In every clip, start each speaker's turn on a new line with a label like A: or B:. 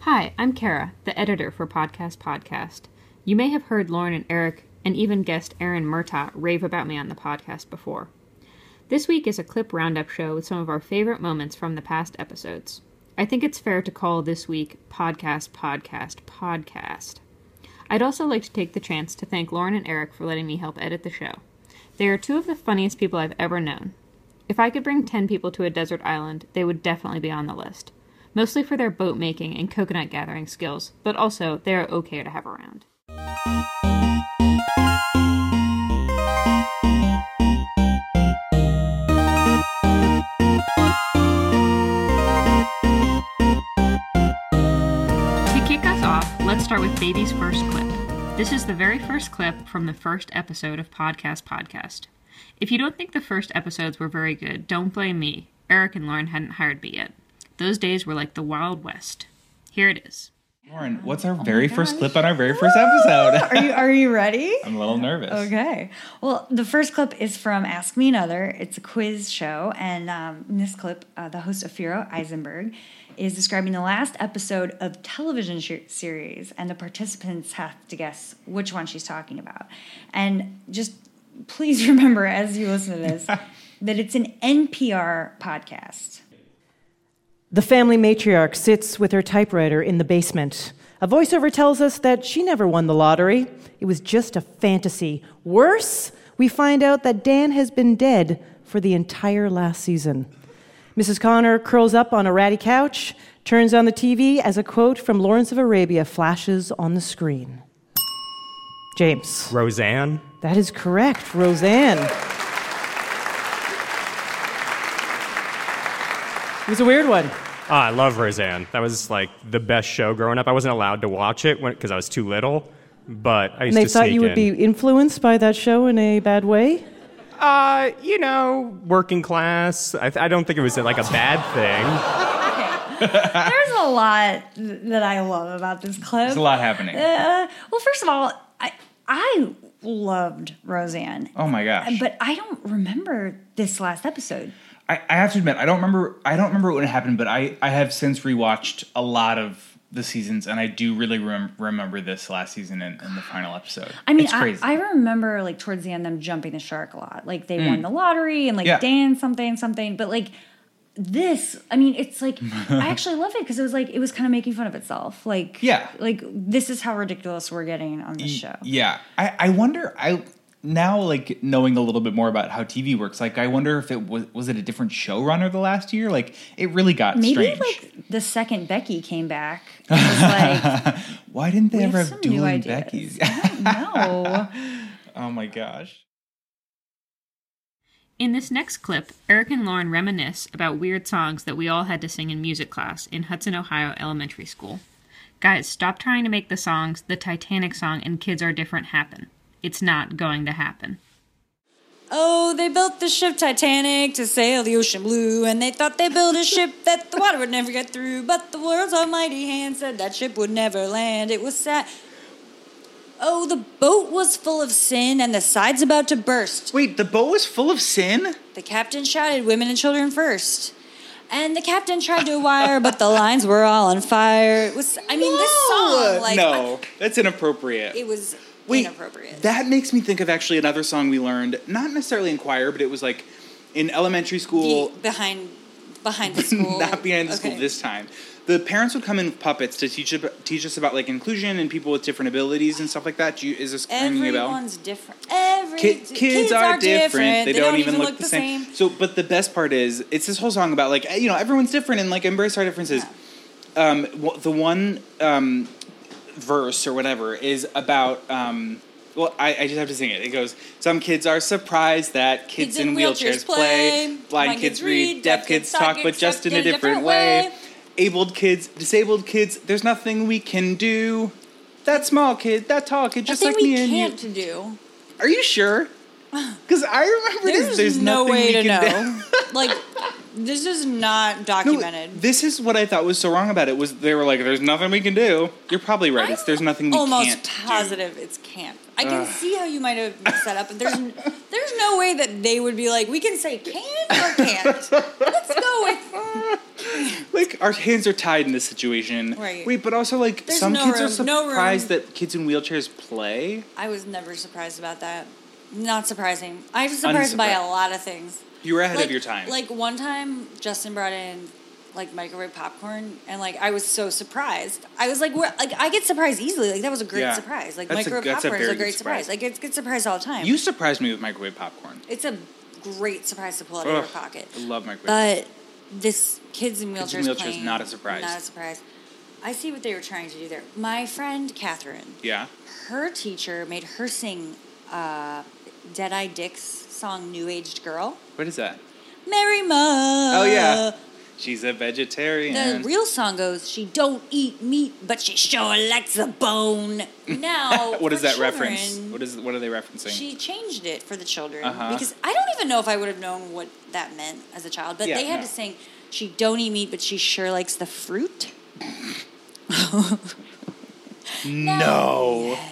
A: Hi, I'm Kara, the editor for Podcast Podcast. You may have heard Lauren and Eric, and even guest Aaron Murtaugh, rave about me on the podcast before. This week is a clip roundup show with some of our favorite moments from the past episodes. I think it's fair to call this week Podcast Podcast Podcast. I'd also like to take the chance to thank Lauren and Eric for letting me help edit the show. They are two of the funniest people I've ever known. If I could bring 10 people to a desert island, they would definitely be on the list. Mostly for their boat making and coconut gathering skills, but also they are okay to have around. To kick us off, let's start with Baby's first clip. This is the very first clip from the first episode of Podcast Podcast. If you don't think the first episodes were very good, don't blame me. Eric and Lauren hadn't hired me yet. Those days were like the Wild West. Here it is.
B: Lauren,
C: Oh
B: what's our very first clip on our very first episode?
C: Are you are you ready?
B: I'm a little nervous.
C: Okay. Well, the first clip is from Ask Me Another. It's a quiz show, and um, in this clip, uh, the host Ophira Eisenberg is describing the last episode of television sh- series, and the participants have to guess which one she's talking about. And just please remember, as you listen to this, that it's an NPR podcast.
D: The family matriarch sits with her typewriter in the basement. A voiceover tells us that she never won the lottery. It was just a fantasy. Worse, we find out that Dan has been dead for the entire last season. Mrs. Connor curls up on a ratty couch, turns on the TV as a quote from Lawrence of Arabia flashes on the screen. James.
E: Roseanne?
D: That is correct, Roseanne. It was a weird one.
E: Ah, I love Roseanne. That was like the best show growing up. I wasn't allowed to watch it because I was too little, but I
D: And
E: used
D: they
E: to
D: thought
E: sneak
D: you would
E: in.
D: be influenced by that show in a bad way.
E: uh, you know, working class. I, I don't think it was like a bad thing.
C: There's a lot th- that I love about this clip.
B: There's a lot happening.
C: Uh, well, first of all, I I loved Roseanne,
B: oh my gosh.
C: but I don't remember this last episode.
B: I, I have to admit, I don't remember I don't remember when it happened, but I, I have since rewatched a lot of the seasons and I do really rem- remember this last season and, and the final episode.
C: I mean,
B: it's
C: I,
B: crazy.
C: I remember like towards the end them jumping the shark a lot. Like they won the lottery and like
B: Mm. Yeah.
C: Dan something something, but like this, I mean, it's like I actually love it because it was like it was kind of making fun of itself. Like
B: Yeah.
C: like this is how ridiculous we're getting on this show.
B: Yeah. I, I wonder I now like knowing a little bit more about how TV works, like I wonder if it was was it a different showrunner the last year? Like it really got
C: Maybe
B: strange.
C: like the second Becky came back, it was like
B: Why didn't they
C: we
B: ever
C: have
B: have,
C: some new
B: dueling
C: ideas.
B: Becky's?
C: no.
B: oh my gosh.
A: In this next clip, Eric and Lauren reminisce about weird songs that we all had to sing in music class in Hudson, Ohio elementary school. Guys, stop trying to make the songs the Titanic song and Kids Are Different happen. It's not going to happen.
F: Oh, they built the ship Titanic to sail the ocean blue, and they thought they built a ship that the water would never get through. But the world's almighty hand said that ship would never land. It was sad. Oh, the boat was full of sin, and the sides about to burst.
G: Wait, the boat was full of sin?
F: The captain shouted, Women and children first. And the captain tried to wire, but the lines were all on fire. It was, I mean, this song, like,
G: no, that's inappropriate.
F: it was
G: Wait,
F: inappropriate.
G: That makes me think of actually another song we learned, not necessarily in choir, but it was like in elementary school,
F: Be- behind, behind the school.
G: not behind the school
F: Okay.
G: this time. The parents would come in with puppets to teach ab- teach us about like inclusion and people with different abilities and stuff like that. Do you, is this ringing a bell?
F: Everyone's different. Every
G: Ki- kids, are, different. They, don't, even look, the same.
F: same.
G: So, but the best part is, it's this whole song about like eh, you know everyone's different and like embrace our differences. Um, wh- the one um, verse or whatever is about. Um, well, I, I just have to sing it. It goes, Some kids are surprised that kids, in wheelchairs, play, blind, kids read, deaf kids talk, but just in a different way. Abled kids, disabled kids, there's nothing we can do. That small kid, that tall kid, just
F: Nothing
G: like
F: we
G: me and you.
F: can't do.
G: Are you sure? Because I remember
F: There's,
G: this. There's
F: no
G: nothing
F: way
G: we
F: to
G: can do.
F: know. like, this is not
G: No,
F: documented.
G: this is what I thought was so wrong about it. Was they were like, "There's nothing we can do." You're probably right. It's there's nothing we
F: Almost
G: can't do.
F: positive it's can't. I can see how you might have mixed that up, but there's n- there's no way that they would be like, we can say can or can't. Let's go with
G: like our hands are tied in this situation.
F: Right.
G: Wait, but also like
F: There's
G: some
F: no
G: kids are
F: room, no room.
G: surprised that kids in wheelchairs play.
F: I was never surprised about that. Not surprising. I'm surprised by a
G: Unsurprised.
F: lot of things.
G: You were ahead
F: like,
G: of your time.
F: Like one time, Justin brought in like microwave popcorn, and like I was so surprised. I was like, "Where?" Like I get surprised easily. Like that was a great
G: Yeah.
F: surprise. Like
G: That's a-
F: microwave
G: that's a
F: popcorn is a
G: very good
F: great surprise.
G: surprise.
F: Like I get, get surprised all the time.
G: you surprised me with microwave popcorn.
F: it's a great surprise to pull out of
G: Ugh,
F: your pocket.
G: I love microwave.
F: But this kids in wheelchairs,
G: in wheelchairs,
F: playing,
G: not a surprise.
F: Not a surprise. I see what they were trying to do there. My friend Catherine,
G: yeah.
F: her teacher made her sing uh, Dead Eye Dick's song "New Aged Girl."
G: What is that?
F: Mary Ma.
G: oh yeah. She's a vegetarian.
F: Uh, The real song goes, "She don't eat meat, but she sure likes a bone." Now,
G: what is
F: for
G: that reference?
F: children,
G: What is what are they referencing?
F: she changed it for the children
G: Uh-huh.
F: because I don't even know if I would have known what that meant as a child. But
G: Yeah,
F: they had
G: no.
F: to sing, "She don't eat meat, but she sure likes the fruit."
G: no.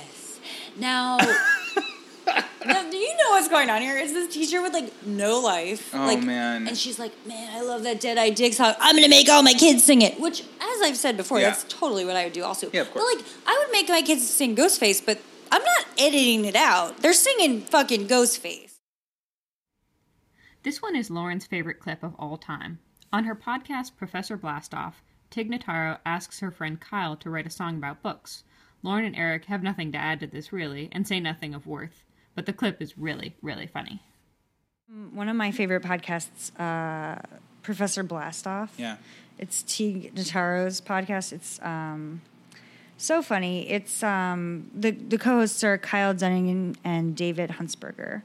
F: Now, now, do you know what's going on here? Is this teacher with like no life?
G: Oh,
F: like,
G: man.
F: And she's like, man, I love that Dead Eye Dig song. I'm gonna make all my kids sing it. Which, as I've said before,
G: Yeah.
F: that's totally what I would do. Also,
G: Yeah, of course.
F: But like, I would make my kids sing Ghostface, but I'm not editing it out. They're singing fucking Ghostface.
A: This one is Lauren's favorite clip of all time. On her podcast, Professor Blastoff, Tig Notaro asks her friend Kyle to write a song about books. Lauren and Eric have nothing to add to this, really, and say nothing of worth. But the clip is really, really funny.
C: Mm, One of my favorite podcasts, uh, Professor Blastoff.
G: Yeah.
C: It's Teague Notaro's podcast. It's um, so funny. It's um, the the co-hosts are Kyle Dunning and David Huntsberger.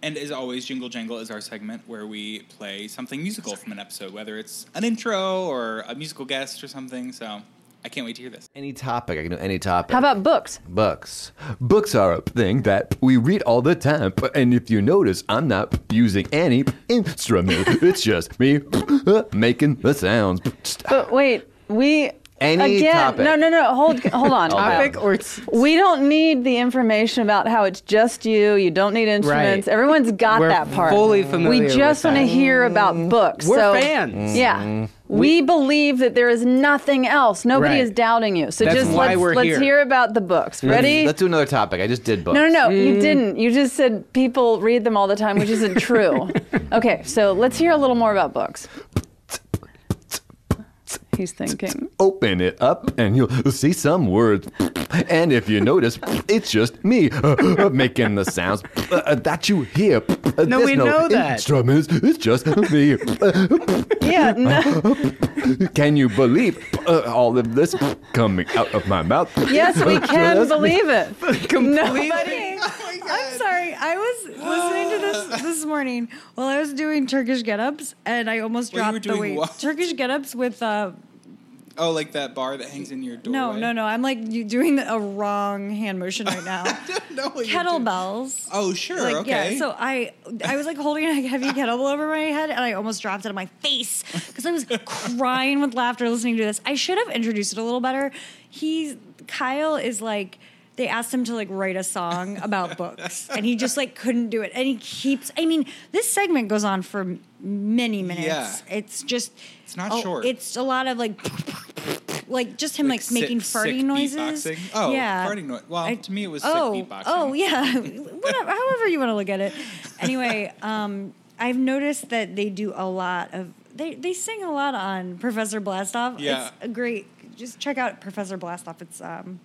G: And as always, Jingle Jangle is our segment where we play something musical from an episode, whether it's an intro or a musical guest or something. So I can't wait to hear this.
H: Any topic, I can do any topic.
I: How about books?
H: books? Books are a thing that we read all the time. And if you notice, I'm not using any instrument. It's just me uh, making the sounds.
I: But wait, we
H: Any
I: again.
H: topic.
I: No, no, no. Hold, hold on.
H: Topic
I: Kyle.
D: Or it's
I: We don't need the information about how it's just you. You don't need instruments.
J: Right.
I: Everyone's got
J: We're
I: that part.
J: fully familiar
I: We just
J: with
I: want to
J: that. Mm.
I: hear about books.
J: We're
I: so,
J: fans. Mm.
I: Yeah. We, believe that there is nothing else. Nobody
J: Right.
I: is doubting you. So
J: That's
I: just
J: why
I: let's,
J: we're
I: let's
J: here.
I: hear about the books. Ready?
H: Let's do another topic. I just did books.
I: no, no, no. You didn't. You just said people read them all the time, which isn't true. okay, so let's hear a little more about books. He's thinking.
H: Open it up and you'll see some words. And if you notice, it's just me uh, making the sounds uh, that you hear. Uh,
J: No,
H: There's
J: we know that.
H: Instruments. It's just me. Uh,
I: Yeah, no.
H: Can you believe uh, all of this coming out of my mouth?
I: Yes, we can believe it. Nobody.
C: I'm sorry. I was listening to this this morning while I was doing Turkish get-ups, and I almost
G: Well, you were
C: dropped the
G: doing
C: weight.
G: what?
C: Turkish get-ups with uh,
G: Oh, like that bar that hangs in your door.
C: no, no, no. I'm like you doing a wrong hand motion right now.
G: no. what you're doing.
C: Kettlebells.
G: Oh, sure.
C: Like,
G: okay.
C: Yeah, so I I was like holding a heavy kettlebell over my head and I almost dropped it on my face because I was crying with laughter listening to this. I should have introduced it a little better. He's Kyle is like they asked him to like write a song about books and he just like couldn't do it and he keeps I mean this segment goes on for m- many minutes.
G: Yeah.
C: It's just
G: It's not short.
C: It's a lot of like like just him
G: Like
C: like, making
G: sick- sick
C: farting noises.
G: beatboxing? Oh,
C: yeah.
G: farting noi- well, to me it was sick
C: oh,
G: beatboxing.
C: Oh, yeah. Whatever, however you want to look at it. Anyway, um, I've noticed that they do a lot of they they sing a lot on Professor Blastoff.
G: Yeah.
C: It's a great. Just check out Professor Blastoff. It's um,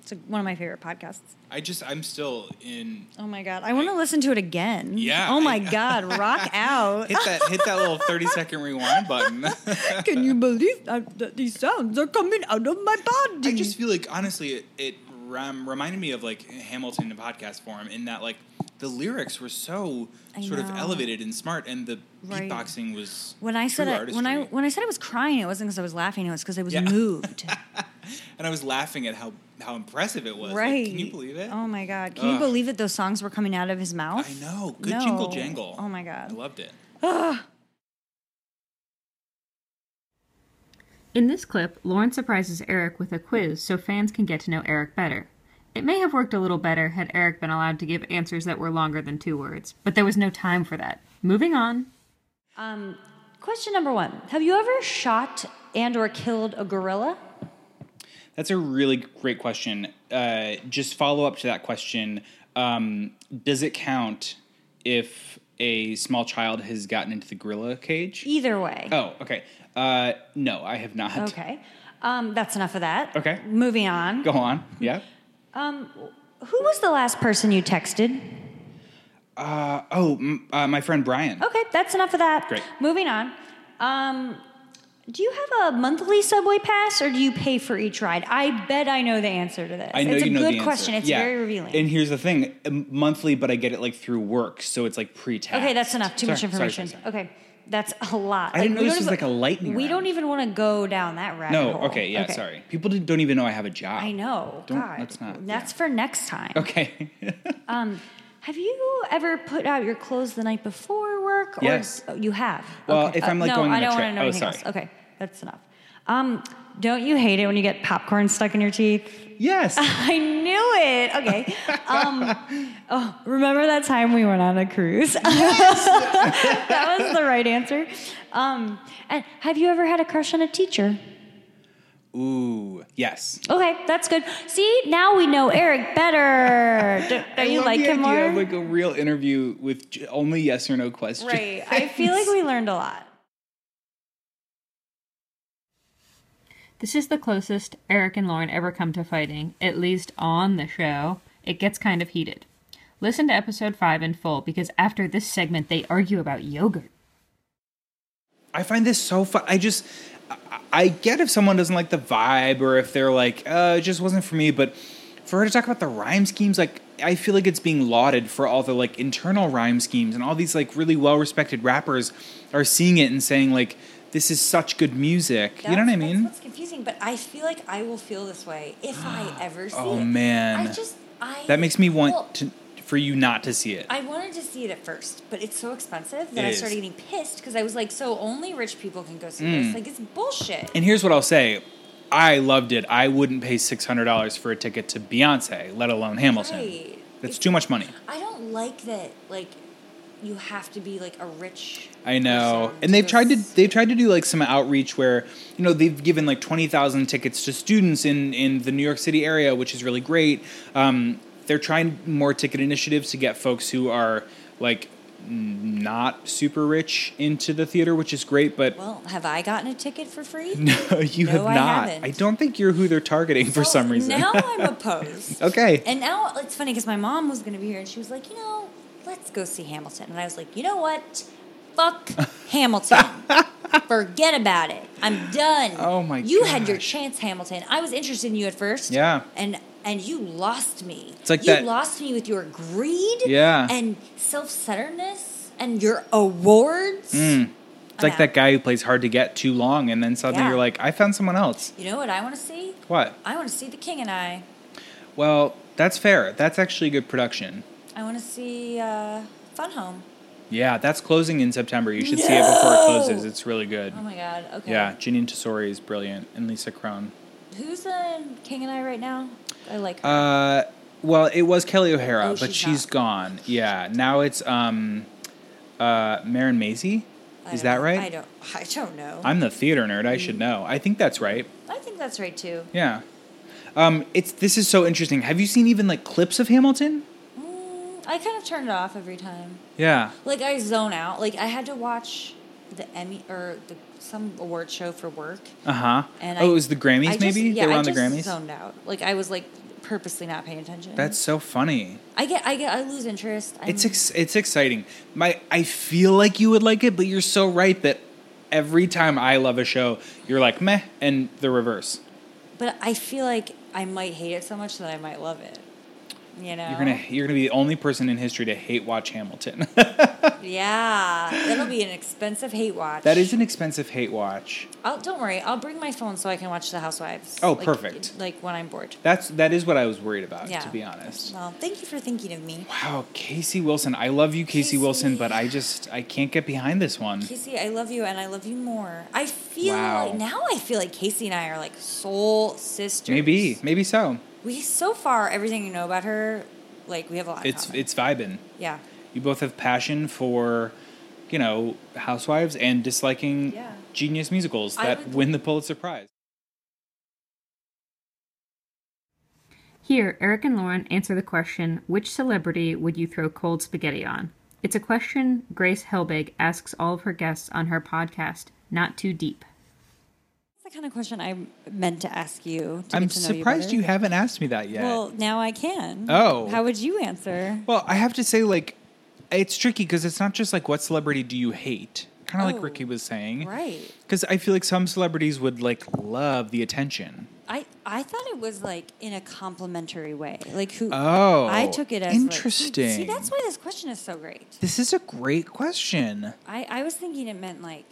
C: it's a, one of my favorite podcasts.
G: I just, I'm still in.
C: Oh my god, I want to listen to it again.
G: Yeah,
C: Oh my
G: I-
C: god, rock out.
G: Hit that, hit that little 30 second rewind button.
C: Can you believe that that these sounds are coming out of my body?
G: I just feel like honestly, it, it um, reminded me of like Hamilton in podcast form in that like the lyrics were so
C: I
G: sort of
C: know.
G: elevated and smart, and the
C: Right.
G: beatboxing was
C: when I said
G: true
C: I, when I
G: artistry.
C: when I said I was crying, it wasn't because I was laughing. It was because I was
G: Yeah.
C: moved.
G: and I was laughing at how how impressive it was. Like,
C: Right.
G: can you believe it?
C: Oh my God. Can you
G: Ugh.
C: believe that those songs were coming out of his mouth?
G: I know. Good jingle
C: No.
G: jangle.
C: Oh my
G: I
C: God.
G: loved it.
A: In this clip, Lauren surprises Eric with a quiz so fans can get to know Eric better. It may have worked a little better had Eric been allowed to give answers that were longer than two words, but there was no time for that. Moving on.
C: Um, Question number one: Have you ever shot and or killed a gorilla?
G: That's a really great question. Uh, just follow up to that question. Um, does it count if a small child has gotten into the gorilla cage?
C: Either way.
G: Oh, okay. Uh, no, I have not.
C: Okay. Um, that's enough of that.
G: Okay.
C: Moving on.
G: Go on. Yeah.
C: Um, who was the last person you texted?
G: Uh, oh, m- uh, my friend Brian.
C: Okay, that's enough of that.
G: Great.
C: Moving on. Um, do you have a monthly subway pass or do you pay for each ride? I bet I know the answer to this.
G: I know
C: it's
G: you
C: a
G: know the
C: good
G: answer.
C: question. It's
G: Yeah.
C: very revealing.
G: And here's the thing: m- monthly, but I get it like through work, so it's like pre-tax.
C: okay, that's enough. Too much
G: Sorry, sorry,
C: information.
G: sorry, sorry.
C: Okay, that's a lot.
G: I didn't know
C: we
G: this
C: don't
G: was
C: even-
G: like a lightning
C: We
G: round.
C: don't even want to go down that rabbit
G: No.
C: hole.
G: Okay. Yeah. Sorry. People didn't- don't even know I have a job.
C: I know.
G: Don't-
C: God,
G: let's not,
C: That's
G: yeah.
C: for next time.
G: Okay.
C: Have you ever put out your clothes the night before work? Or
G: Yes.
C: oh, you have.
G: Well,
C: Okay.
G: if I'm, like,
C: no,
G: going on a
C: I don't
G: trip-
C: want to know
G: oh,
C: anything
G: sorry.
C: else. Okay, that's enough. Um, don't you hate it when you get popcorn stuck in your teeth?
G: yes.
C: I knew it. Okay. Um, oh, remember that time we went on a cruise? that was the right answer. Um, and have you ever had a crush on a teacher?
G: Ooh. Yes.
C: Okay, that's good. See, now we know Eric better. Don't, don't you
G: love
C: like
G: the
C: him
G: idea
C: more?
G: Of like a real interview with j- only yes or no questions.
C: Right. I feel like we learned a lot.
A: This is the closest Eric and Lauren ever come to fighting, at least on the show. It gets kind of heated. Listen to episode 5 in full because after this segment they argue about yogurt.
G: I find this so fun. I just, I, I get if someone doesn't like the vibe or if they're like, uh, it just wasn't for me. But for her to talk about the rhyme schemes, like, I feel like it's being lauded for all the like internal rhyme schemes and all these like really well respected rappers are seeing it and saying like, this is such good music. you know what I
F: That's-
G: mean?
F: That's what's confusing, but I feel like I will feel this way if I ever see
G: Oh,
F: it.
G: man.
F: I just I
G: That makes me want
F: well,
G: to, for you not to see it.
F: I wanted to see it at first, but it's so expensive that
G: It
F: I
G: is.
F: started getting pissed because I was like, so only rich people can go see
G: Mm.
F: this. Like it's bullshit.
G: And here's what I'll say. I loved it. I wouldn't pay six hundred dollars for a ticket to Beyonce, let alone Hamilton.
F: Right.
G: That's too much money.
F: I don't like that like you have to be like a rich
G: I know.
F: person
G: And they've
F: go
G: tried to
F: s-
G: they've tried to do like some outreach where, you know, they've given like 20,000 tickets to students in in the New York City area, which is really great. Um, they're trying more ticket initiatives to get folks who are like n- not super rich into the theater, which is great, but
F: Well, have I gotten a ticket for free?
G: you
F: No,
G: have
F: I
G: not.
F: haven't.
G: I don't think you're who they're targeting for
F: So
G: some reason.
F: Now I'm opposed.
G: Okay.
F: And now it's funny because my mom was going to be here and she was like, you know, let's go see Hamilton. And I was like, you know what? Fuck Hamilton. Forget about it. I'm done.
G: Oh, my
F: You had your
G: gosh.
F: chance, Hamilton. I was interested in you at first.
G: Yeah.
F: And and you lost me. It's
G: like
F: you
G: that-
F: lost me with your greed.
G: Yeah.
F: And self centeredness and your awards.
G: Mm. It's like that guy who plays hard to get too long, and then suddenly
F: uh, Yeah.
G: you're like, I found someone else.
F: You know what I want to see?
G: What?
F: I want to see The King and I.
G: Well, that's fair. That's actually good production.
F: I want to see uh, Fun Home.
G: Yeah, that's closing in September. You should see it before it closes. It's really good.
F: Oh my god. Okay.
G: Yeah, Janine Tesori is brilliant, and Lisa Crohn.
F: Who's in King and I right now? I like her.
G: Uh, well, it was Kelly O'Hara,
F: Oh,
G: but
F: she's
G: she's
F: not.
G: gone. Yeah, now it's um, uh, Marin Maisie.
F: I
G: Is
F: don't
G: that
F: know.
G: right?
F: I don't. Mm. I don't know. i
G: I'm the theater nerd. I should know. I think that's right.
F: think that's right too.
G: Yeah. Um, it's this is so interesting. Have you seen even like clips of Hamilton?
F: Mm, I kind of turn it off every time.
G: Yeah.
F: Like I zone out. Like I had to watch the Emmy or the some award show for work.
G: Uh huh.
F: And
G: oh,
F: I-
G: it was the Grammys.
F: I just-
G: maybe
F: yeah,
G: they were
F: I
G: on the
F: just
G: Grammys.
F: Zoned out. Like I was like purposely not paying attention.
G: That's so funny.
F: I get. I get. I lose interest. I'm,
G: It's ex- it's exciting. My I feel like you would like it, but you're so right that every time I love a show, you're like meh, and the reverse.
F: But I feel like I might hate it so much that I might love it. You know.
G: You're gonna you're gonna be the only person in history to hate watch Hamilton.
F: Yeah, that'll be an expensive hate watch.
G: that is an expensive hate watch.
F: I'll, don't worry, I'll bring my phone so I can watch The Housewives.
G: Oh,
F: like-
G: perfect.
F: Like when I'm bored.
G: That's that is what I was worried about,
F: Yeah.
G: to be honest.
F: Well, thank you for thinking of me,
G: Wow, Oh, Casey Wilson. I love you, Casey,
F: Casey.
G: Wilson, but I just I can't get behind this one.
F: Casey. I love you, and I love you more. I feel
G: Wow.
F: like now I feel like Casey and I are like soul sisters.
G: Maybe, maybe so.
F: we so far everything you know about her, like we have a lot. in
G: It's
F: common.
G: it's vibing.
F: yeah.
G: You both have passion for you know, housewives and disliking
K: Yeah.
G: genius musicals
C: I
G: that
C: would-
G: win the Pulitzer Prize.
A: Here, Eric and Lauren answer the question Which celebrity would you throw cold spaghetti on? It's a question Grace Helbig asks all of her guests on her podcast, Not Too Deep.
C: That's the kind of question I meant to ask you. To
G: I'm
C: get to know
G: surprised
C: you,
G: you,
C: better.
G: haven't asked me that yet.
C: Well, now I can.
G: Oh.
C: How would you answer?
G: Well, I have to say, like, it's tricky because it's not just like what celebrity do you hate? Kind of
C: Oh,
G: like Ricky was saying.
C: Right.
G: Because I feel like some celebrities would like love the attention.
C: I, I thought it was like in a complimentary way. Like who?
G: Oh,
C: I took it as like,
G: interesting.
C: see, that's why this question is so great.
G: This is a great question.
C: I, I was thinking it meant like,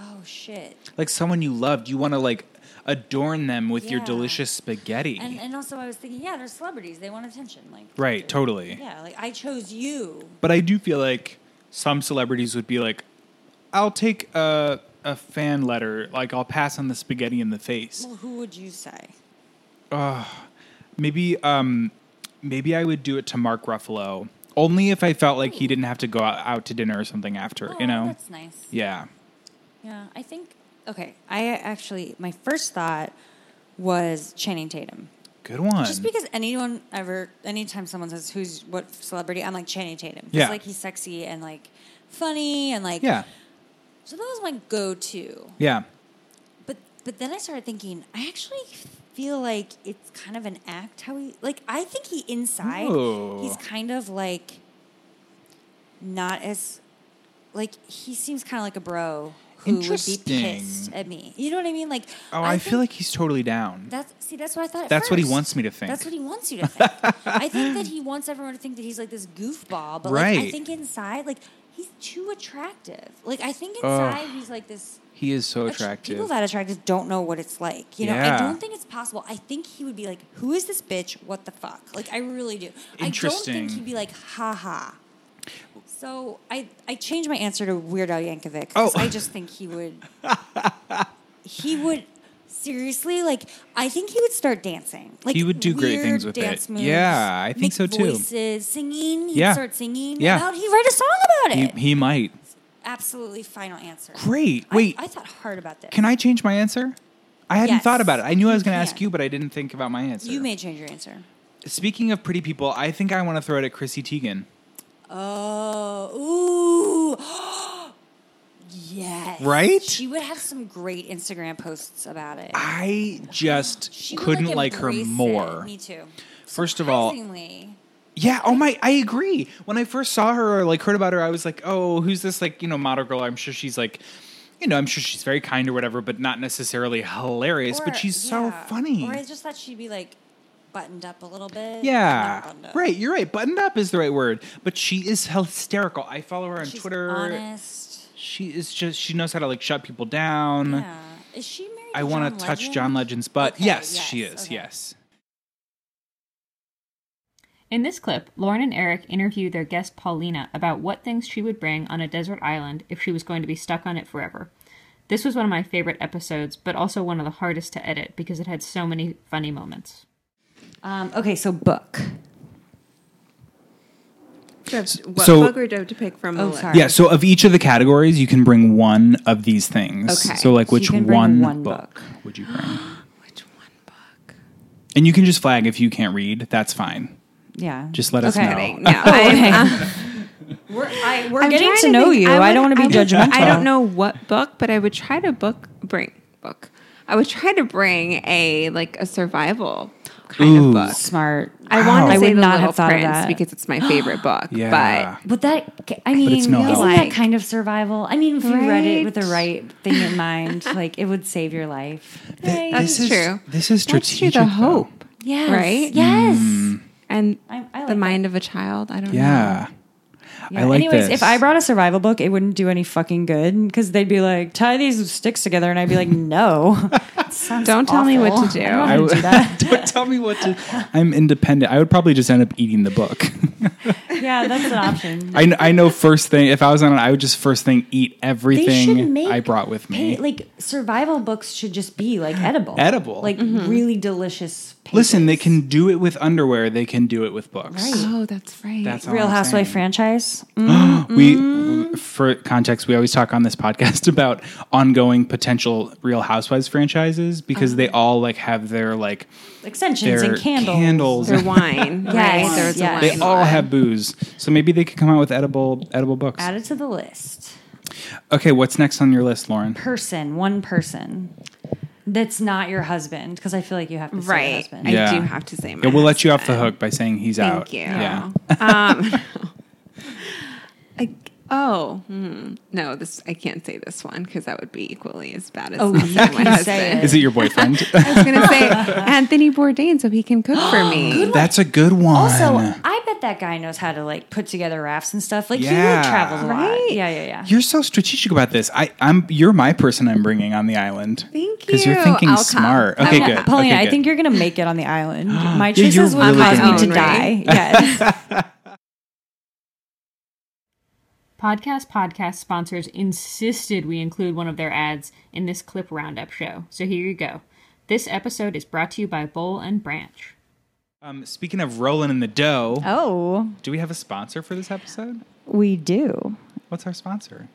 C: oh shit,
G: Like someone you loved, you want to like adorn them with your
C: Yeah.
G: delicious spaghetti.
C: and and also I was thinking, yeah, they're celebrities. They want attention. Like
G: right, totally.
C: yeah, like I chose you.
G: But I do feel like some celebrities would be like, I'll take a, a fan letter, like I'll pass on the spaghetti in the face.
C: Well, who would you say?
G: Maybe um maybe I would do it to Mark Ruffalo. Only if I felt like he didn't have to go out, out to dinner or something after,
C: Oh,
G: you know?
C: that's nice.
G: Yeah.
C: Yeah, I think. Okay, I actually my first thought was Channing Tatum.
G: Good one.
C: Just because anyone ever, anytime someone says who's what celebrity, I'm like Channing Tatum. 'Cause,
G: Yeah.
C: like he's sexy and like funny and like
G: yeah.
C: So that was my go-to.
G: Yeah.
C: But but then I started thinking, I actually feel like it's kind of an act how he like I think he inside
G: Ooh.
C: he's kind of like not as like he seems kind of like a bro who would be pissed
G: Interesting.
C: at me. You know what I mean? Like
G: Oh, I, feel
C: think
G: like he's totally down.
C: that's see that's what I thought. At
G: That's what he
C: first.
G: wants me to think.
C: That's what he wants you to think. I think that he wants everyone to think that he's like this goofball, but like, I
G: Right.
C: think inside like he's too attractive. Like I think inside he's like this
G: he is so
C: attr-
G: attractive.
C: People that attractive don't know what it's like. You know, I
G: Yeah.
C: don't think it's possible. I think he would be like, "Who is this bitch? What the fuck?" Like, I really do. I don't
G: Interesting.
C: think he'd be like, "Ha ha." So I I changed my answer to Weird Al Yankovic because
G: Oh.
C: I just think he would. he would seriously like. I think he would start dancing. Like
G: He would do great
C: weird
G: things with it.
C: dance Moves,
G: Yeah, I think
C: make
G: so too.
C: Voices, singing. He'd
G: Yeah.
C: start singing.
G: Yeah.
C: without- he'd write a song about
G: he,
C: it.
G: he might.
C: Absolutely final answer.
G: Great.
C: I-
G: Wait.
C: I, thought hard about this.
G: Can I change my answer? I hadn't
C: Yes.
G: thought about it. I knew I
C: You
G: was going to
C: can.
G: ask you, but I didn't think about my answer.
C: You may change your answer.
G: Speaking of pretty people, I think I want to throw it at Chrissy Teigen.
C: Oh, ooh. yes.
G: Right?
C: She would have some great Instagram posts about it.
G: I just
C: She would,
G: couldn't like, her
C: embrace it.
G: more.
C: Me too.
G: First of all,
C: Surprisingly.
G: yeah, oh my, I agree. When I first saw her or like heard about her, I was like, oh, who's this like, you know, model girl? I'm sure she's like, you know, I'm sure she's very kind or whatever, but not necessarily hilarious,
C: Or-
G: but she's
C: yeah.
G: so funny.
C: Or I just thought she'd be like buttoned up a little bit. Not
G: Yeah,
C: buttoned up.
G: right. You're right. Buttoned up is the right word, but she is hysterical. I follow her on
C: She's
G: Twitter.
C: honest.
G: She is just. She knows how to like shut people down.
C: Yeah. Is she married?
G: Mm. I
C: to
G: want
C: John
G: to touch
C: Legend?
G: John Legend's butt.
C: Okay,
G: yes, she
C: yes,
G: is.
C: okay.
G: Yes.
A: In this clip, Lauren and Eric interview their guest Paulina about what things she would bring on a desert island if she was going to be stuck on it forever. This was one of my favorite episodes, but also one of the hardest to edit because it had so many funny moments.
C: Um, okay, so book.
F: Do I have to- what
G: So-
F: book or do I have to pick from the
C: Oh,
F: list?
C: sorry.
G: Yeah. So of each of the categories, you can bring one of these things.
C: Okay,
G: So like,
C: so you
G: which
C: can bring
G: one,
C: one
G: book,
C: book.
G: would you bring?
F: Which one book?
G: and you can just flag if you can't read. That's fine.
C: Yeah.
G: Just let us
C: Okay.
G: know.
F: No, I, uh,
C: We're, I, we're
F: I'm
C: getting
F: trying
C: to know
F: think.
C: you. I,
F: would-
C: don't want to be
F: would-
C: judgmental.
F: I don't know what book, but I would try to book bring book. I would try to bring a like a survival kind of book.
C: Smart.
F: I want to
C: I
F: say
C: would
F: the
C: not
F: Little
C: have thought of
F: Prince
C: that.
F: because it's my favorite book.
G: Yeah.
F: But
C: But that, I mean,
G: it's no
C: isn't
G: help.
C: that
F: Like-
C: kind of survival? I mean, if you read it with the
F: Right?
C: right thing in mind, like it would save your life.
G: Th-
F: That's
G: this is,
F: true.
G: This is
F: that's true.
G: strategic.
F: The
G: though. Hmm.
F: hope
C: Yes.
F: Right?
C: Yes.
F: and
C: I- I like
F: the
C: that.
F: mind of a child. I don't know.
G: Yeah. I like
C: Anyways,
G: this.
C: if I brought a survival book, it wouldn't do any fucking good because they'd be like, tie these sticks together. And I'd be like, no. It sounds
F: Don't tell me what
C: awful.
F: to do.
C: I don't
G: I
C: wanna do
G: w-
C: that.
G: don't tell me what to. I'm independent. I would probably just end up eating the book.
C: Yeah, that's an option.
G: I, kn- I know first thing. If I was on it, I would just first thing eat everything I brought with me.
C: pa- like survival books should just be like edible,
G: Edible.
C: like
J: Mm-hmm.
C: really delicious. Pages.
G: Listen, they can do it with underwear. They can do it with books.
C: Right.
F: Oh, that's right.
G: That's all
C: Real
G: I'm
C: Housewife
G: saying.
C: franchise. Mm.
G: We
J: Mm-hmm.
G: for context, we always talk on this podcast about ongoing potential Real Housewives franchises because they all like have their like
F: Extensions
G: their
F: and candles.
G: candles.
J: Their wine.
F: Yes,
J: right? There was
F: yes.
J: a
G: they
J: wine.
G: all have booze, so maybe they could come out with edible edible books.
F: Add it to the list.
G: Okay, what's next on your list, Lauren?
F: Person, one person. That's not your husband, because I feel like you have to say your
J: Right.
F: husband.
J: I
G: Yeah.
J: do have to say my
G: Yeah, we'll let you off the
J: husband.
G: hook by saying he's out.
J: Thank you.
G: Yeah.
J: Um, I, oh, hmm. no, this I can't say this one because that would be equally as bad as
F: Oh,
J: not
F: you
J: saying my
F: can say
J: husband.
G: Is it your boyfriend?
J: I was gonna say Anthony Bourdain so he can cook for me.
G: That's a good one.
F: Also, I bet that guy knows how to like put together rafts and stuff. Like he
G: Yeah.
F: really travels a lot.
J: Right?
F: Yeah, yeah, yeah.
G: You're so strategic about this. I, I'm you're my person I'm bringing on the island.
J: Thank
G: Because you're
J: you.
G: thinking
J: I'll come.
G: smart.
J: I
G: Okay,
J: will.
G: good.
F: Paulina,
G: okay,
F: I think
G: good.
F: you're gonna make it on the island. My
G: you're
F: choices would
G: really
F: cause
J: good.
F: me to
J: Oh,
F: die.
J: right.
F: Yes.
A: Podcast Podcast sponsors insisted we include one of their ads in this clip roundup show. So here you go. This episode is brought to you by Bowl and Branch.
G: Um, speaking of rolling in the dough,
C: Oh,
G: do we have a sponsor for this episode?
C: we do.
G: What's our sponsor?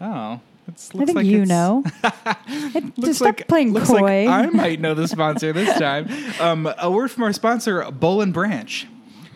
G: Oh, it's,
C: I
G: looks
C: think
G: like
C: you
G: it's-
C: know. It-
G: Looks
C: just stop
G: like-
C: playing
G: looks
C: coy.
G: Like I might know the sponsor this time. Um, a word from our sponsor, Bowl and Branch.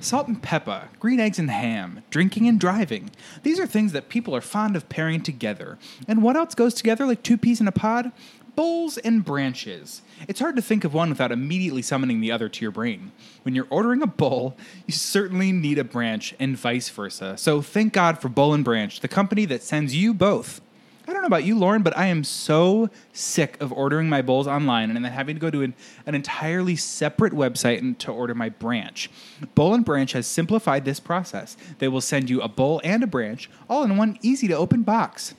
G: Salt and pepper, green eggs and ham, drinking and driving. These are things that people are fond of pairing together. And what else goes together like two peas in a pod? Bowls and branches. It's hard to think of one without immediately summoning the other to your brain. When you're ordering a bowl, you certainly need a branch, and vice versa. So thank God for Bowl and Branch, the company that sends you both. I don't know about you, Lauren, but I am so sick of ordering my bowls online and then having to go to an, an entirely separate website and to order my branch. Bowl and Branch has simplified this process. They will send you a bowl and a branch all in one easy to open box.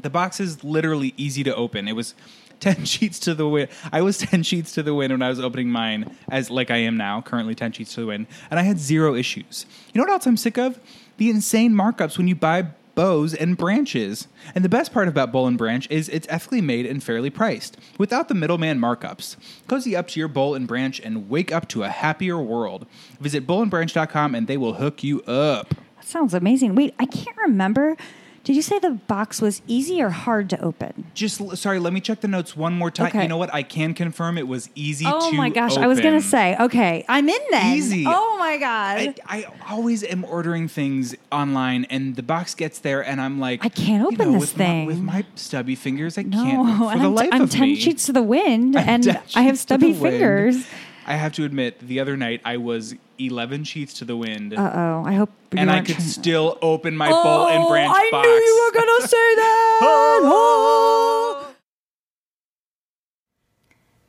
G: The box is literally easy to open. It was 10 sheets to the win. I was 10 sheets to the win when I was opening mine, as like I am now, currently 10 sheets to the win, and I had zero issues. You know what else I'm sick of? The insane markups when you buy bows and branches. And the best part about Bowl and Branch is it's ethically made and fairly priced, without the middleman markups. Cozy up to your Bowl and Branch and wake up to a happier world. Visit bowlandbranch.com and they will hook you up.
C: That sounds amazing. Wait, I can't remember. Did you say the box was easy or hard to open?
G: Just l- sorry, let me check the notes one more time.
C: Okay.
G: You know what? I can confirm it was easy
C: Oh
G: to
C: my gosh, I was gonna
G: open.
C: say. Okay, I'm in then.
G: Easy.
C: Oh my god.
G: I,
C: I,
G: I always am ordering things online, and the box gets there, and I'm like,
C: I can't
G: you
C: open
G: know,
C: this
G: with
C: thing.
G: my, with my stubby fingers. I can't
C: no,
G: for
C: and
G: the
C: I'm,
G: life
C: I'm
G: of
C: ten
G: me.
C: sheets to the wind,
G: I'm
C: and
G: 10
C: I have
G: sheets to the
C: stubby
G: wind.
C: fingers.
G: I have to admit, the other night I was eleven sheets to the wind,
C: Uh oh. I hope. you
G: and I
C: aren't
G: could
C: trying- Oh,
G: still open my bowl and branch
C: I
G: box.
C: knew you were gonna say that. Oh.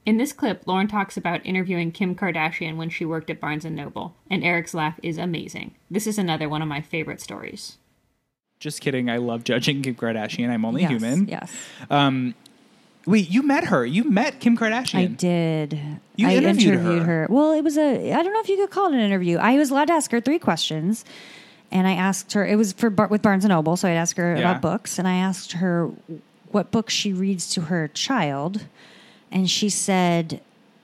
A: In this clip, Lauren talks about interviewing Kim Kardashian when she worked at Barnes & Noble, and Eric's laugh is amazing. This is another one of my favorite stories.
G: Just kidding. I love judging Kim Kardashian. I'm only
C: Yes,
G: human.
C: Yes,
G: Um, wait, you met her? You met Kim Kardashian?
C: I did.
G: You
C: I
G: interviewed her.
C: her. Well, it was a. I don't know if you could call it an interview. I was allowed to ask her three questions, and I asked her. It was for Bar- with Barnes and Noble, so I'd ask her
G: Yeah.
C: about books, and I asked her what book she reads to her child, and she said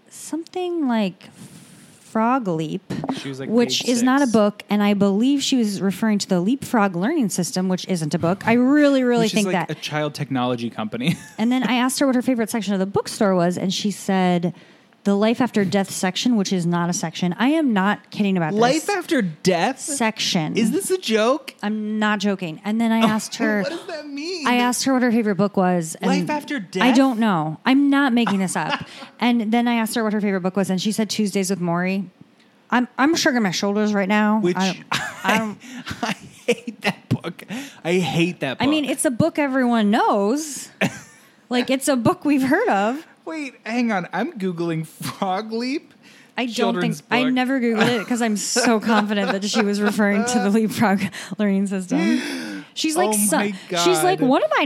C: something like Frog Leap,
G: She was like
C: which
G: page
C: is not a
G: six.
C: book, and I believe she was referring to the Leapfrog Learning System, which isn't a book. I really, really
G: Which is
C: think
G: like
C: that
G: a child technology company.
C: and then I asked her what her favorite section of the bookstore was, and she said the life after death section, which is not a section. I am not kidding about this.
G: after death?
C: section.
G: this a joke?
C: I'm not joking. And then I asked her.
G: Oh, What does that mean?
C: I um, asked her what her favorite book was. And
G: Life After Death?
C: I don't know. I'm not making this up. and then I asked her what her favorite book was, and she said Tuesdays with Maury. I'm I'm shrugging my shoulders right now.
G: Which
C: I, I don't.
G: I hate that book. I hate that book.
C: I mean, it's a book everyone knows. like it's a book we've heard of.
G: wait, hang on. I'm googling Frog Leap.
C: I don't think
G: children's
C: I
G: book.
C: never googled it because I'm so confident that she was referring to the leapfrog learning system. She's like,
G: Oh
C: so-
G: my
C: she's like
G: God.
C: one of my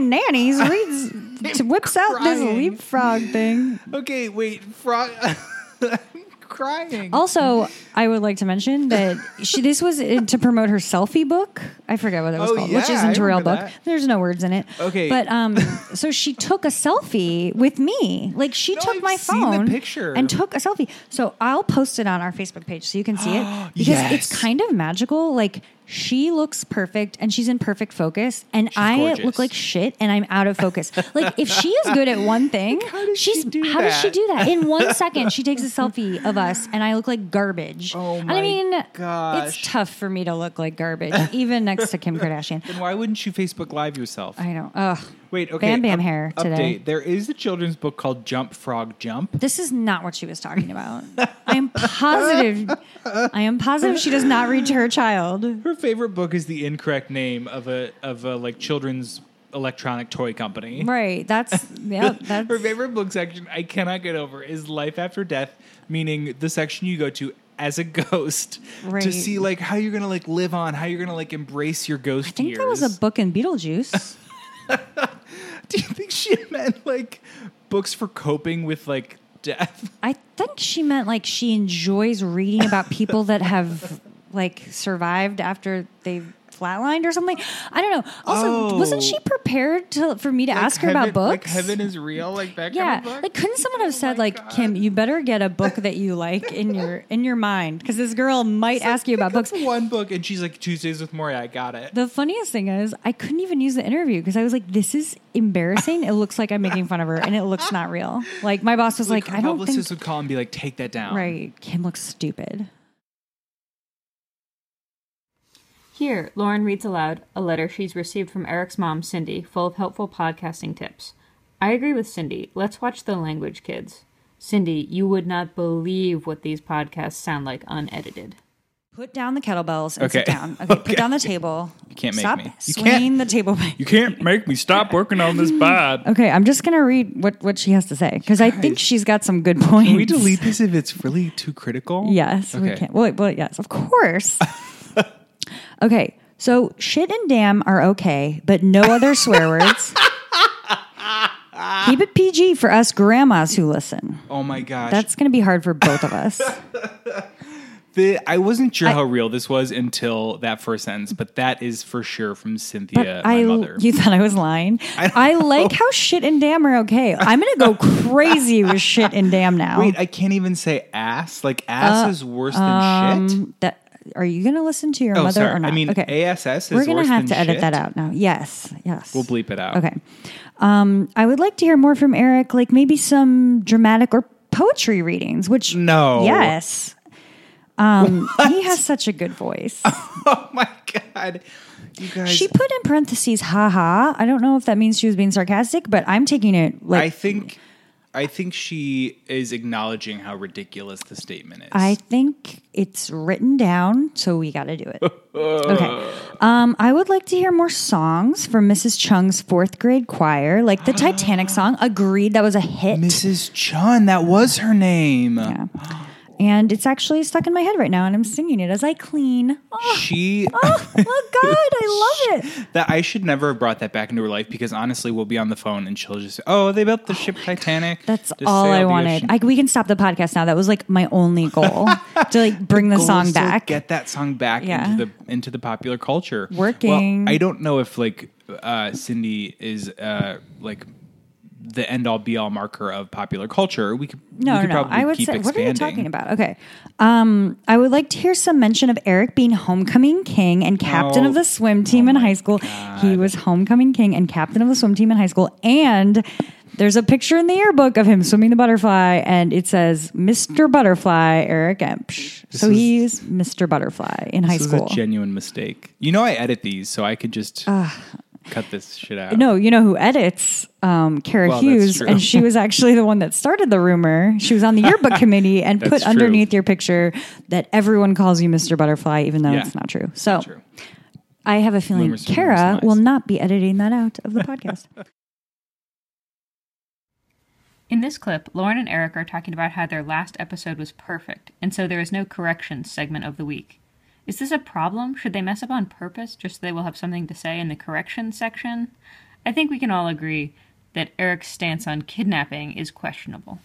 C: nannies reads,
G: I'm
C: whips out this
G: crying.
C: leapfrog thing.
G: Okay, wait, Frog. I'm crying.
C: Also, I would like to mention that she this was in- to promote her selfie book. I forget what that was
G: Oh,
C: called, which
G: yeah,
C: isn't
G: I
C: a real
G: remember
C: book.
G: that.
C: There's no words in it.
G: Okay.
C: but um, so she took a selfie with me. Like she
G: No,
C: took
G: I've
C: my
G: seen the
C: phone
G: picture.
C: and took a selfie. So I'll post it on our Facebook page so you can see it because
G: Yes.
C: it's kind of magical. Like she looks perfect and she's in perfect focus, and I
B: gorgeous.
C: look like shit and I'm out of focus. like if she is good at one thing, she's how does she do that? In one second, she takes a selfie of us, and I look like garbage.
B: Oh
C: And
B: my
C: I mean,
B: gosh.
C: it's tough for me to look like garbage, even next to Kim Kardashian.
G: Then why wouldn't you Facebook Live yourself?
C: I don't. Ugh.
G: Wait, okay.
C: Bam Bam
G: up-
C: hair today.
G: Update. There is a children's book called Jump Frog Jump.
C: This is not what she was talking about. I am positive. I am positive she does not read to her child.
G: Her favorite book is the incorrect name of a of a like children's electronic toy company.
C: Right. That's yeah. That's
G: Her favorite book section I cannot get over is Life After Death, meaning the section you go to as a ghost to
C: Right.
G: see like how you're gonna like live on, how you're gonna like embrace your ghost
C: I think
G: years.
C: there was a book in Beetlejuice.
G: Do you think she meant like books for coping with like death?
C: I think she meant like she enjoys reading about people that have like survived after they've flatlined or something. I don't know. Also, wasn't
G: Oh.
C: she prepared to for me to
G: Like,
C: ask her about
G: heaven-
C: books?
G: Like heaven is real, like that
C: yeah,
G: kind of book. Oh
C: like couldn't someone have said like Kim, you better get a book that you like in your in your mind because this girl might ask you about books.
G: It's one book, and she's like Tuesdays with Maury. I got it.
C: The funniest thing is, I couldn't even use the interview because I was like, "This is embarrassing. It looks like I'm making fun of her, and it looks not real." Like my boss was like,
G: her
C: "I don't
G: publicist
C: think
G: would call and be like, "Take that down."
C: right." Kim looks stupid.
A: Here, Lauren reads aloud a letter she's received from Eric's mom, Cindy, full of helpful podcasting tips. I agree with Cindy. Let's watch the language kids. Cindy, you would not believe what these podcasts sound like unedited.
C: Put down the kettlebells and sit
G: Okay.
C: down. Okay,
G: Okay.
C: put down the table. You
G: can't make
C: Stop
G: me. You
C: swinging
G: can't-
C: the table. back.
G: You can't make me stop working on this vibe.
C: Okay, I'm just gonna read what what she has to say because I think she's got some good points.
G: Can we delete this if it's really too critical?
C: Yes, we
G: Okay.
C: can. Well, well, yes, of course. okay, so shit and damn are okay, but no other swear words. Keep it PG for us grandmas who listen.
G: Oh my gosh.
C: That's going to be hard for both of us.
G: the, I wasn't sure how real this was until that first sentence, but that is for sure from Cynthia, my
C: I,
G: mother.
C: you thought I was lying.
G: don't
C: I, like how shit and damn are okay. I'm going to go crazy with shit and damn now.
G: Wait, I can't even say ass. Like
C: Uh,
G: ass is worse than shit.
C: Um, that are you going to listen to your
G: Oh,
C: mother
G: sorry.
C: or not?
G: I mean, ASS is
C: We're gonna
G: worse
C: have
G: than
C: to edit
G: shit.
C: that out now. Yes, yes.
G: We'll bleep it out.
C: Okay. Um, I would like to hear more from Eric, like maybe some dramatic or poetry readings, which
G: No.
C: Yes. Um, he has such a good voice.
G: Oh my god. You guys
C: she put in parentheses, haha. I don't know if that means she was being sarcastic, but I'm taking it like
G: I think I think she is acknowledging how ridiculous the statement is.
C: I think it's written down, so we got to do it. okay. Um, I would like to hear more songs from Mrs. Chung's fourth grade choir, like the Titanic song. Agreed, that was a hit.
G: Mrs. Chun, that was her name.
C: Yeah. And it's actually stuck in my head right now, and I'm singing it as I clean. Oh,
G: She
C: oh, oh God, I love it.
G: that I should never have brought that back into her life because honestly, we'll be on the phone and she'll just oh they built the ship Titanic.
C: That's
G: to
C: all
G: sail
C: I
G: the
C: wanted.
G: ocean."
C: I, we can stop the podcast now. That was like my only goal to like bring the,
G: Goal
C: song
G: is to
C: back.
G: Get that song back
C: Yeah.
G: into the into the popular culture.
C: Working.
G: Well, I don't know if like uh, Cindy is uh, like the end all be all marker of popular culture. We could we
C: No,
G: could
C: no, no.
G: Probably
C: I would
G: keep
C: say, what are
G: expanding.
C: you talking about? Okay. Um, I would like to hear some mention of Eric being homecoming king and captain
G: No.
C: of the swim team
G: Oh
C: in high school. He was homecoming king and captain of the swim team in high school. And there's a picture in the yearbook of him swimming the butterfly, and it says Mr. Butterfly, Eric Empsch. So
G: is-
C: he's Mr. Butterfly in high
G: This
C: school.
G: is a genuine mistake. You know, I edit these, so I could just cut this shit out.
C: Ah. no, you know who edits? Um, Kara
G: Well, that's
C: Hughes,
G: true.
C: and she was actually the one that started the rumor. She was on the yearbook committee and put
G: That's true.
C: underneath your picture that everyone calls you Mr. Butterfly, even though
G: Yeah.
C: it's not true. So
G: true.
C: I have a feeling
G: Rumors, rumors,
C: Kara
G: lies.
C: will not be editing that out of the podcast.
A: In this clip, Lauren and Eric are talking about how their last episode was perfect, and so there is no corrections segment of the week. Is this a problem? Should they mess up on purpose just so they will have something to say in the corrections section? I think we can all agree that Eric's stance on kidnapping is questionable.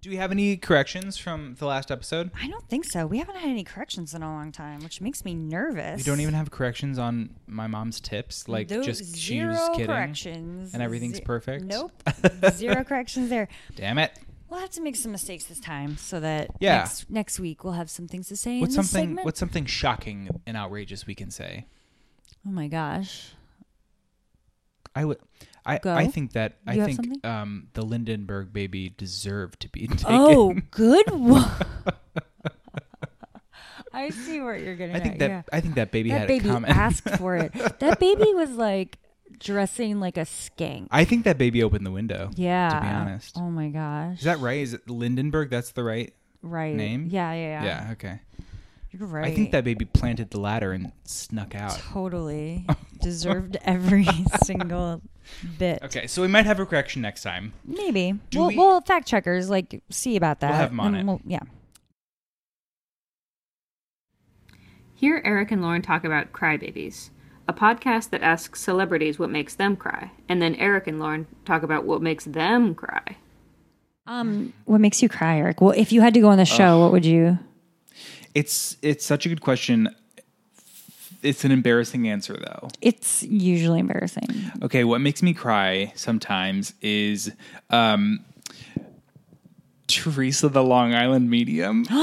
G: Do we have any corrections from the last episode?
C: I don't think so. We haven't had any corrections in a long time, which makes me nervous.
G: We don't even have corrections on my mom's tips. Like,
C: No-
G: just she
C: zero
G: was kidding.
C: corrections
G: and everything's
C: Ze-
G: perfect?
C: Nope, zero corrections there.
G: Damn it.
C: We'll have to make some mistakes this time so that
G: Yeah.
C: next, next week we'll have some things to say
G: What's
C: in this
G: something?
C: segment.
G: What's something shocking and outrageous we can say?
C: oh my gosh.
G: I would. I,
C: Go.
G: I think that I
C: You have something?
G: think um, the Lindenberg baby deserved to be taken.
C: Oh, good one. I see what you're getting
G: I think
C: at.
G: that
C: yeah.
G: I think that baby
C: that
G: had
C: baby
G: a comment.
C: asked for it. That baby was like dressing like a skank.
G: I think that baby opened the window.
C: Yeah.
G: To be honest,
C: Oh my gosh.
G: is that right? Is it Lindenberg? That's the right.
C: right?
G: name?
C: Yeah, yeah, yeah.
G: Yeah. Okay.
C: You're right.
G: I think that baby planted the ladder and snuck out.
C: totally deserved every single bit.
G: Okay, so we might have a correction next time.
C: Maybe.
G: Do
C: We'll,
G: we-
C: we, will fact checkers like see about that.
G: We'll have 'em on
C: and
G: it.
C: we'll- yeah.
A: Here, Eric and Lauren talk about Crybabies, a podcast that asks celebrities what makes them cry, and then Eric and Lauren talk about what makes them cry.
C: Um, what makes you cry, Eric? Well, if you had to go on the show, what would you?
G: It's it's such a good question. It's an embarrassing answer though.
C: It's usually embarrassing.
G: Okay, what makes me cry sometimes is um Teresa the Long Island medium.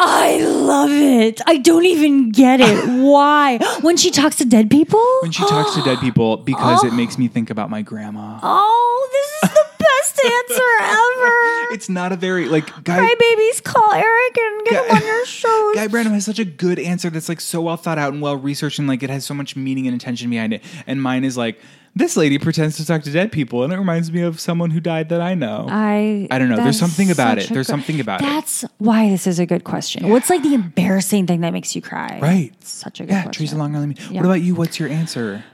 C: I love it. I don't even get it. Why? When she talks to dead people?
G: When she talks to dead people because it makes me think about my grandma.
C: oh, this is the best answer ever.
G: It's not a very like guy
C: Cry babies, call Eric and get him on your show.
G: Guy Branham has such a good answer that's like so well thought out and well researched and like it has so much meaning and intention behind it. And mine is like, this lady pretends to talk to dead people and it reminds me of someone who died that I know.
C: I
G: I don't know. There's
C: that's
G: something about
C: such
G: it.
C: a
G: There's
C: gr-
G: something about it.
C: That's why this is a good question. What's like the embarrassing thing that makes you cry?
G: right.
C: Such a good
G: yeah,
C: question.
G: Teresa Long Island.
C: Yeah.
G: What about you? What's your answer?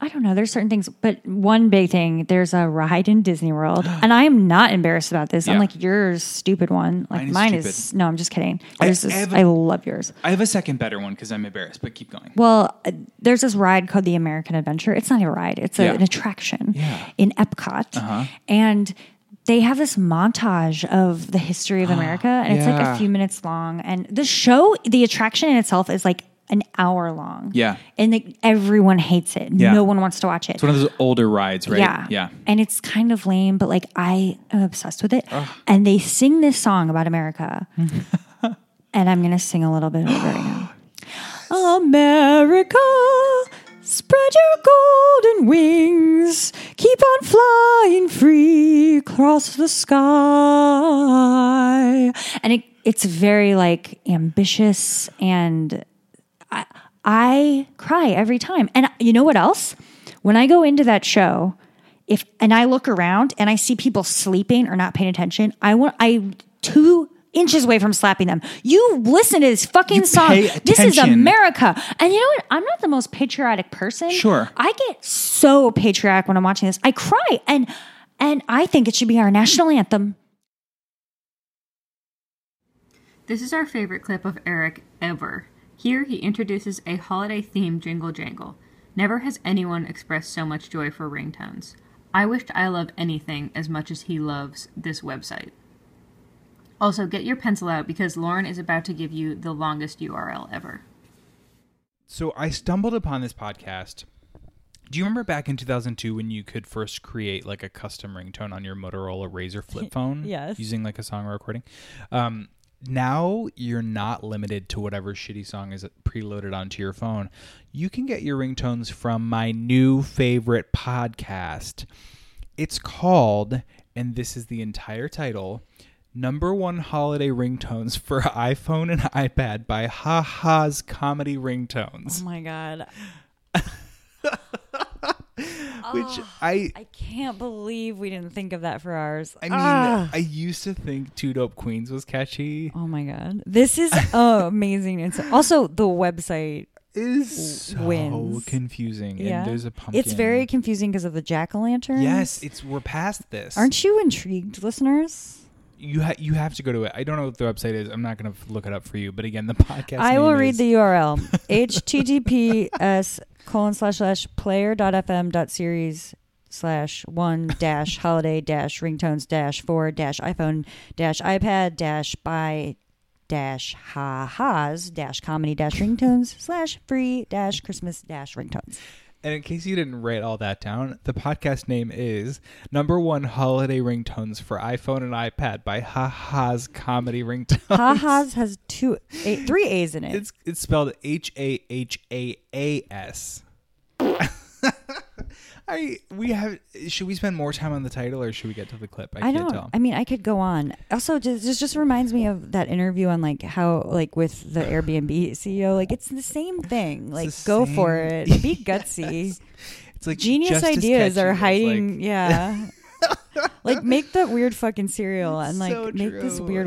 C: I don't know. There's certain things, but one big thing, there's a ride in Disney World, and I am not embarrassed about this. I'm
G: Yeah.
C: like your stupid one. Like
G: Mine
C: mine
G: is
C: is,
G: stupid.
C: no. I'm just kidding.
G: I-
C: There's I,
G: I
C: this,
G: have a-
C: I love yours.
G: I have a second better one because I'm embarrassed, but keep going.
C: Well, uh, there's this ride called the American Adventure. It's not a ride, it's a,
G: Yeah.
C: an attraction
G: Yeah. Uh-huh.
C: in Epcot. And they have this montage of the history of America, and it's like
G: Yeah.
C: a few minutes long. And the show, the attraction in itself is like an hour long.
G: Yeah.
C: And like everyone hates it.
G: Yeah.
C: No one wants to watch it.
G: It's one of those older rides, right?
C: Yeah.
G: Yeah.
C: And it's kind of lame, but like I am obsessed with it. And they sing this song about America. and I'm going to sing a little bit of it right now. America, spread your golden wings. Keep on flying free across the sky. And it, it's very like ambitious and I cry every time. And you know what else? When I go into that show, if and I look around and I see people sleeping or not paying attention, I want I two inches away from slapping them. You listen to this fucking song.
G: pay
C: This is
G: attention.
C: America. And you know what? I'm not the most patriotic person.
G: Sure.
C: I get so patriotic when I'm watching this. I cry and and I think it should be our national anthem.
A: This is our favorite clip of Eric ever. Here he introduces a holiday themed jingle jangle. Never has anyone expressed so much joy for ringtones. I wished I loved anything as much as he loves this website. Also, get your pencil out because Lauren is about to give you the longest URL ever.
G: So I stumbled upon this podcast. Do you remember back in 2002 when you could first create like a custom ringtone on your Motorola Razor flip phone?
D: Yes.
G: Using like a song recording. Um, now you're not limited to whatever shitty song is preloaded onto your phone. You can get your ringtones from my new favorite podcast. It's called, and this is the entire title. Number one holiday ringtones for iPhone and iPad by Ha Ha's Comedy Ringtones.
C: Oh my god. Ah.
G: which I
C: I can't believe we didn't think of that for ours.
G: I mean
C: Ah.
G: I used to think Two Dope Queens was catchy.
C: Oh my god, this is amazing! It's also the website.
G: Is so
C: Wins.
G: confusing.
C: Yeah,
G: And there's a pumpkin.
C: It's very confusing because of the jack o' lantern.
G: Yes, it's we're past this.
C: aren't you intrigued, listeners?
G: you ha- you have to go to it. I don't know what the website is. I'm not going to look it up for you, but again, the podcast
C: I will
G: name
C: read
G: is-
C: the URL: https colon slash slash player dot fm dot series slash one dash holiday dash ringtones dash four dash iPhone dash iPad dash by dash ha ha's dash comedy dash ringtones slash free dash Christmas dash ringtones.
G: And in case you didn't write all that down, the podcast name is Number One Holiday Ringtones for iPhone and iPad by Ha Ha's Comedy Ringtones.
C: Ha Ha's has two, eight, three A's in it.
G: It's it's spelled H A H A A S. I we have should we spend more time on the title or should we get to the clip?
C: I, don't. I mean, I could go on. Also, just this just reminds me of that interview on like how like with the Airbnb CEO. Like it's the same thing. Like go for it. Be gutsy.
G: It's like
C: genius
G: just as
C: ideas
G: catchy.
C: are
G: It's
C: hiding.
G: like-
C: yeah. like make that weird fucking cereal and like
G: so
C: make this
G: true.
C: weird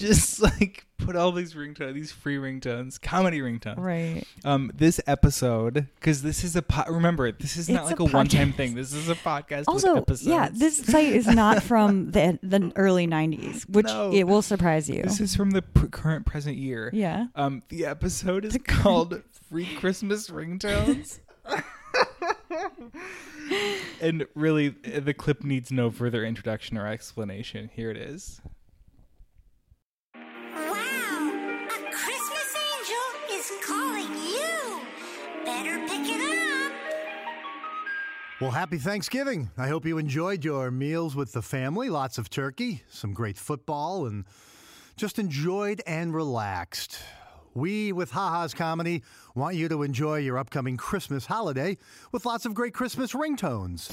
G: Just like put all these ringtones, these free ringtones, comedy ringtones.
C: Right.
G: Um, this episode because this is a po- remember this is not
C: It's
G: like
C: a
G: a, one-time
C: podcast.
G: thing. This is a podcast.
C: also,
G: with episodes.
C: yeah, this site is not from the the early '90s, which
G: No.
C: it will surprise you.
G: This is from the pr- current present year.
C: Yeah.
G: Um, the episode is called "Free Christmas Ringtones." and really, the clip needs no further introduction or explanation. Here it is.
L: A Christmas angel is calling you. Better pick it up.
H: Well, happy Thanksgiving. I hope you enjoyed your meals with the family. Lots of turkey, some great football, and just enjoyed and relaxed. We with HaHa's Comedy want you to enjoy your upcoming Christmas holiday with lots of great Christmas ringtones.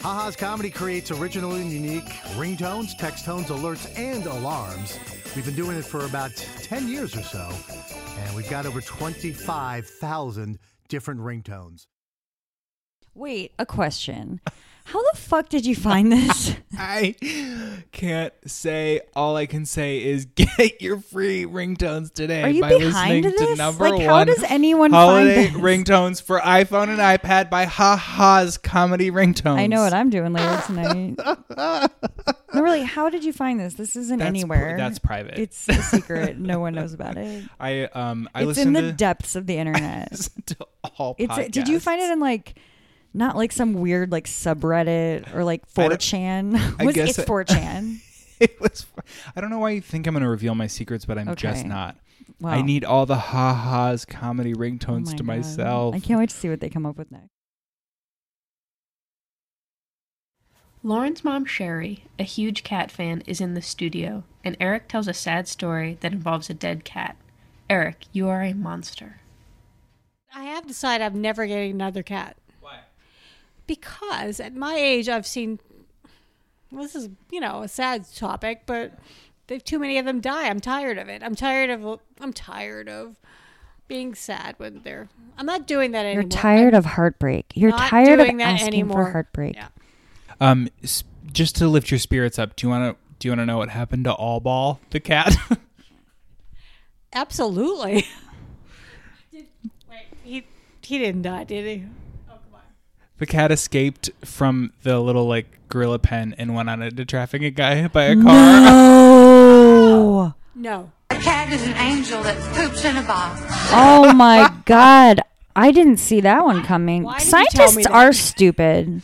H: HaHa's Comedy creates original and unique ringtones, text tones, alerts, and alarms. We've been doing it for about 10 years or so, and we've got over 25,000 different ringtones.
C: Wait, a question. How the fuck did you find this?
G: I can't say. All I can say is get your free ringtones today
C: Are you
G: by listening
C: behind
G: to
C: this?
G: number
C: Like,
G: one.
C: how does anyone find
G: holiday
C: this?
G: ringtones for iPhone and iPad by Ha Ha's Comedy Ringtones?
C: I know what I'm doing later tonight. no, really, how did you find this? This isn't
G: That's pri-
C: anywhere.
G: that's private.
C: It's a secret. no one knows about it.
G: I um I
C: it's
G: listen
C: in the
G: to
C: depths of the internet.
G: to all
C: It's a- did you find it in like not like some weird like subreddit or like
G: I don't-
C: 4chan?
G: I
C: Was
G: guess
C: it's
G: it-
C: 4chan?
G: it was I don't know why you think I'm going to reveal my secrets, but I'm just
C: Okay.
G: not.
C: Wow.
G: I need all the Ha Ha's comedy
C: Oh
G: ringtones
C: my
G: to
C: God.
G: myself.
C: I can't wait to see what they come up with next.
A: Lauren's mom, Sherry, a huge cat fan, is in the studio, and Eric tells a sad story that involves a dead cat. Eric, you are a monster.
F: I have decided I'm never getting another cat. Why? Because at my age, I've seen. Well, this is you know a sad topic, but they've too many of them die. I'm tired of it. I'm tired of. I'm tired of being sad when they're. I'm not doing that anymore.
C: You're tired of heartbreak. You're
F: not
C: tired of
F: doing that
C: asking
F: anymore.
C: for heartbreak.
G: Um, s- just to lift your spirits up, do you want to do you want to know what happened to All Ball the cat?
F: Absolutely. Did- Wait, he he didn't die, did he?
G: the cat escaped from the little like gorilla pen and went on into trafficking a guy by a car.
C: No.
F: No.
M: A cat is an angel that poops in a box.
C: Oh my god. I didn't see that one coming.
M: Why did you tell me
C: Scientists
M: that?
C: are stupid.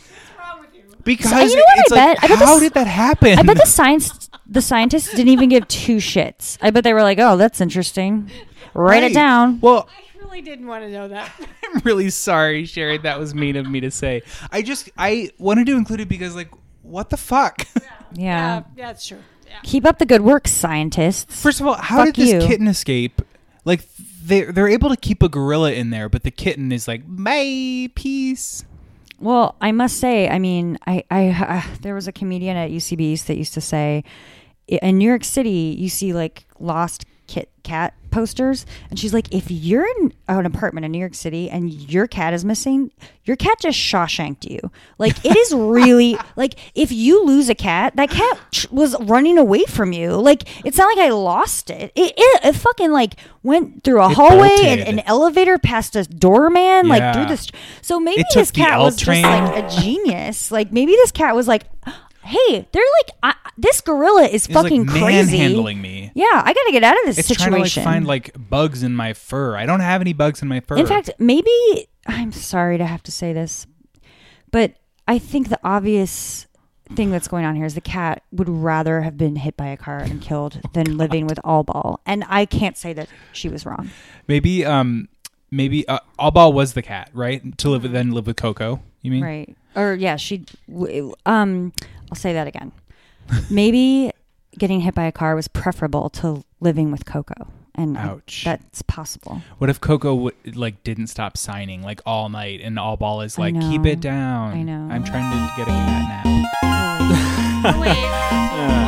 G: Because
C: So- you know what
G: it's
C: I
G: like,
C: bet? I bet the
G: how
C: s-
G: did that happen?
C: I bet the science the scientists didn't even give two shits. I bet they were like, "Oh, that's interesting. Write
G: Right.
C: it down."
G: Well,
F: I really didn't want to know that.
G: I'm really sorry, Sherry. That was mean of me to say. I just I wanted to include it because like what the fuck?
C: yeah.
F: that's true.
C: Keep up the good work, scientists.
G: First of all, How did
C: Fuck
G: this
C: you.
G: kitten escape? Like they they're able to keep a gorilla in there, but the kitten is like my peace.
C: Well, I must say, I mean, I, I uh, there was a comedian at UCB East that used to say, i- in New York City, you see like lost kit cat posters, and she's like, if you're in an apartment in New York City and your cat is missing, your cat just Shawshanked you. Like it is really like if you lose a cat, that cat ch- was running away from you. Like it's not like I lost it. It it, it fucking like went through a
M: It
C: hallway and
M: bolted.
C: an elevator past a doorman, like through
M: Yeah.
C: the. St- so maybe
M: It took
C: this
M: the
C: cat
M: L
C: was just
M: train.
C: like a genius. Like maybe this cat was like, "Hey, they're like I, this gorilla is
G: It's like
C: fucking crazy."
G: manhandling me.
C: Yeah, I gotta get out of this
G: it's
C: situation.
G: trying to like find like bugs in my fur. I don't have any bugs in my fur.
C: In fact, maybe I'm sorry to have to say this, but I think the obvious thing that's going on here is the cat would rather have been hit by a car and killed than living with all ball. And I can't say that she was wrong.
G: Maybe um maybe uh, Albal was the cat, right? To live then live with Coco. You mean
C: Mm-hmm. Right. Or yeah, she w- um I'll say that again. Maybe getting hit by a car was preferable to living with Coco. And I-
G: Ouch.
C: that's possible.
G: What if Coco w- like didn't stop signing like all night, and all ball is
C: I
G: like, keep
C: know.
G: it down.
C: I know.
G: I'm trying to get a cat now.